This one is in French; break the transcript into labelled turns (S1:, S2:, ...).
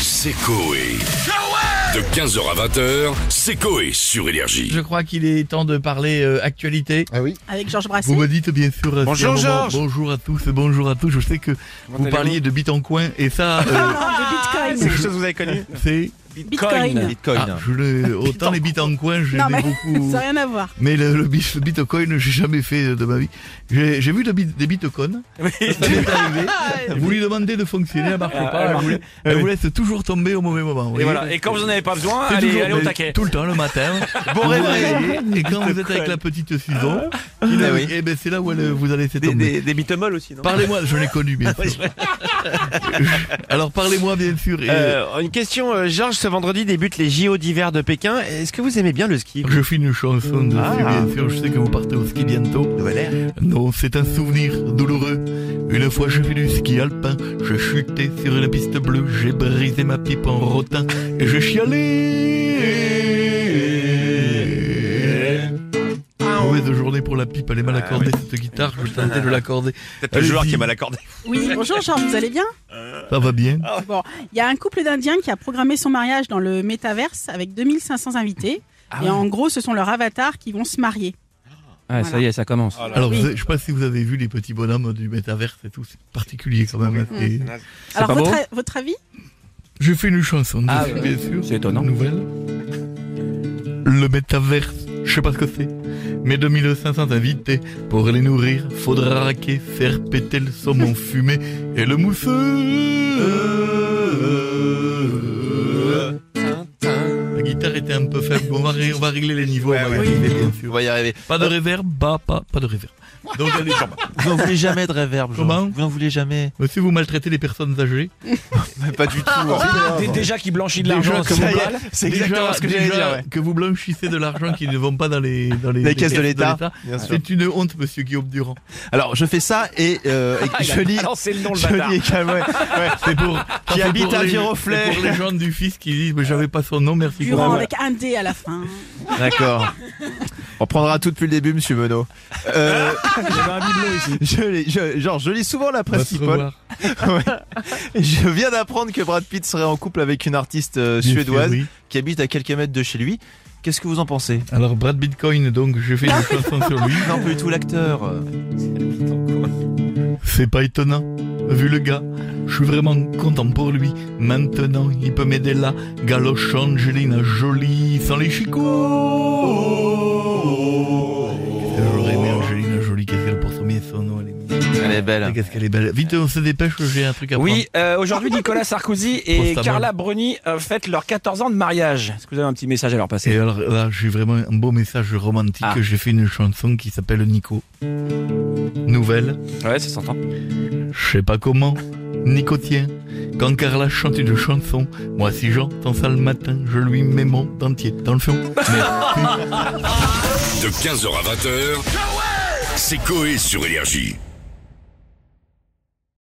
S1: C'est Coé. De 15h à 20h, c'est Coé sur Énergie.
S2: Je crois qu'il est temps de parler euh, actualité.
S3: Ah oui
S4: Avec Georges
S2: Vous
S4: Brassens.
S2: me dites bien sûr. euh,
S3: Bonjour,
S2: c'est un moment-
S3: Georges.
S2: Bonjour à tous, bonjour à tous. Je sais que vous
S3: allez-vous
S2: parliez de bit en coin et ça, euh,
S4: Ah, de
S3: C'est
S4: Bitcoin.
S3: quelque chose que vous avez connu
S2: c'est.
S4: Bitcoin.
S2: Ah, je le- autant les bits en coin, je
S4: Non,
S2: les ai
S4: mais-
S2: beaucoup.
S4: Ça n'a rien à voir.
S2: Mais le, le bit- le bitcoin, j'ai jamais fait de ma vie. J'ai j'ai vu de bit- des bitcoins. Ça m'est arrivé.
S3: Ah,
S2: Vous lui demandez de fonctionner, elle marche pas. Elle vous, la- elle vous laisse toujours tomber au mauvais moment. vous
S3: Et
S2: voyez.
S3: voilà. Et quand vous en avez pas besoin,
S2: C'est
S3: allez,
S2: toujours,
S3: allez au
S2: mais
S3: taquet.
S2: Tout le temps, le matin. bon réveil. Et quand vous êtes avec la petite Susan,
S3: Ah.
S2: il a-
S5: oui.
S2: eh ben, c'est là où elle, vous allez laisser
S5: Des,
S2: tomber.
S5: des, des bitomoles aussi, non
S2: Parlez-moi, je l'ai connu
S3: Ah,
S2: bien sûr. Alors parlez-moi bien sûr. et-
S5: Euh, Une question, euh, Georges, ce vendredi débutent les JO d'hiver de Pékin. Est-ce que vous aimez bien le ski
S2: Je fais une chanson dessus,
S5: Ah.
S2: bien sûr. Je sais que vous partez au ski bientôt.
S5: Nouvelle ère.
S2: Non, c'est un souvenir douloureux. Une fois, je fais du ski alpin. Je chutais sur la piste bleue. J'ai brisé ma pipe en rotin. Et je chialais. Mauvaise journée pour la pipe. Elle est mal accordée, cette guitare. Je tentais de l'accorder.
S5: Peut-être
S2: le joueur qui est
S5: mal accordé.
S4: Oui, bonjour Georges, vous allez bien
S2: Ça va bien.
S4: Bon, il y a un couple d'Indiens qui a programmé son mariage dans le métaverse avec 2500 invités. et en gros, ce sont leurs avatars qui vont se marier.
S6: Ah, ça
S4: Voilà.
S6: y est, ça commence.
S2: Alors,
S4: Oui.
S2: vous avez- je sais pas si vous avez vu les petits bonhommes du métaverse et tout, c'est particulier quand même. Et
S4: Alors,
S6: pas
S4: votre,
S6: beau
S4: votre avis
S2: J'ai fait une chanson
S6: Ah
S2: dessus,
S6: ouais.
S2: bien sûr.
S6: C'est étonnant.
S2: Nouvelle. Le métaverse, je sais pas ce que c'est, mais 2500 invités, pour les nourrir, faudra raquer, faire péter le saumon fumé et le mousseux. La guitare était un peu faible, on va, ré- on va régler les niveaux, on va régler, bien sûr.
S5: On va y arriver.
S2: Pas de réverb, bah, pas, pas de réverb. Donc, allez,
S7: Vous n'en voulez jamais de réverb, Georges.
S2: Comment
S7: Vous n'en voulez jamais.
S2: Monsieur, vous maltraitez les personnes âgées.
S5: Pas du tout. hein.
S3: Dé- Déjà qui blanchit de
S2: Déjà,
S3: l'argent,
S2: ça
S3: comme
S2: y est.
S3: on parle.
S5: C'est
S2: Déjà-
S5: exactement ce que j'allais
S2: déjà
S5: dire. ouais.
S2: Que vous blanchissez de l'argent qui ne vont pas dans les, dans les,
S7: Les
S2: les
S7: caisses de l'État.
S5: Bien sûr.
S2: C'est une honte, monsieur Guillaume Durand.
S7: Ah, Alors, je fais ça et, euh, et
S3: Ah, il
S7: je
S3: a
S7: lis.
S3: balancé le nom, le
S7: Je
S3: bâtard.
S7: lis également.
S2: C'est pour.
S7: Qui
S2: c'est
S7: habite
S2: pour
S7: à
S2: les-
S7: Viroflay.
S2: c'est Pour les gens du fils qui disent, mais j'avais pas son nom, merci pour
S4: Durant avec un D à la fin.
S7: D'accord. On prendra tout depuis le début, monsieur Menot. Euh, je lis, je- Georges, je lis souvent la presse people.
S2: principal
S7: Je viens d'apprendre que Brad Pitt serait en couple avec une artiste euh, suédoise qui habite à quelques mètres de chez lui. Qu'est-ce que vous en pensez
S2: Alors, Brad Bitcoin, donc, j'ai fait une chanson sur lui.
S7: Non, pas du tout l'acteur. euh,
S2: C'est pas étonnant, vu le gars. Je suis vraiment content pour lui. Maintenant, il peut m'aider là. Galoche Angelina Jolie sans les chicots. J'aurais aimé Angelina Jolie, qu'est-ce qu'elle pour son bien son nom, elle est mignonne.
S7: Elle est belle.
S2: Qu'est-ce qu'elle est belle. Vite, on se dépêche, j'ai un truc à
S3: Oui, euh, aujourd'hui Nicolas Sarkozy et
S2: Prostamol.
S3: Carla Bruni euh, fêtent leurs 14 ans de mariage. Est-ce que vous avez un petit message à leur passer
S2: Et alors là, j'ai vraiment un beau message romantique.
S3: Ah.
S2: J'ai fait une chanson qui s'appelle Nico. Nouvelle.
S3: Ouais, ça s'entend.
S2: Je sais pas comment, Nicotien. Quand Carla chante une chanson, moi si j'entends ça le matin, je lui mets mon dentier dans le fond.
S1: De 15h à 20h, c'est Coé sur Énergie.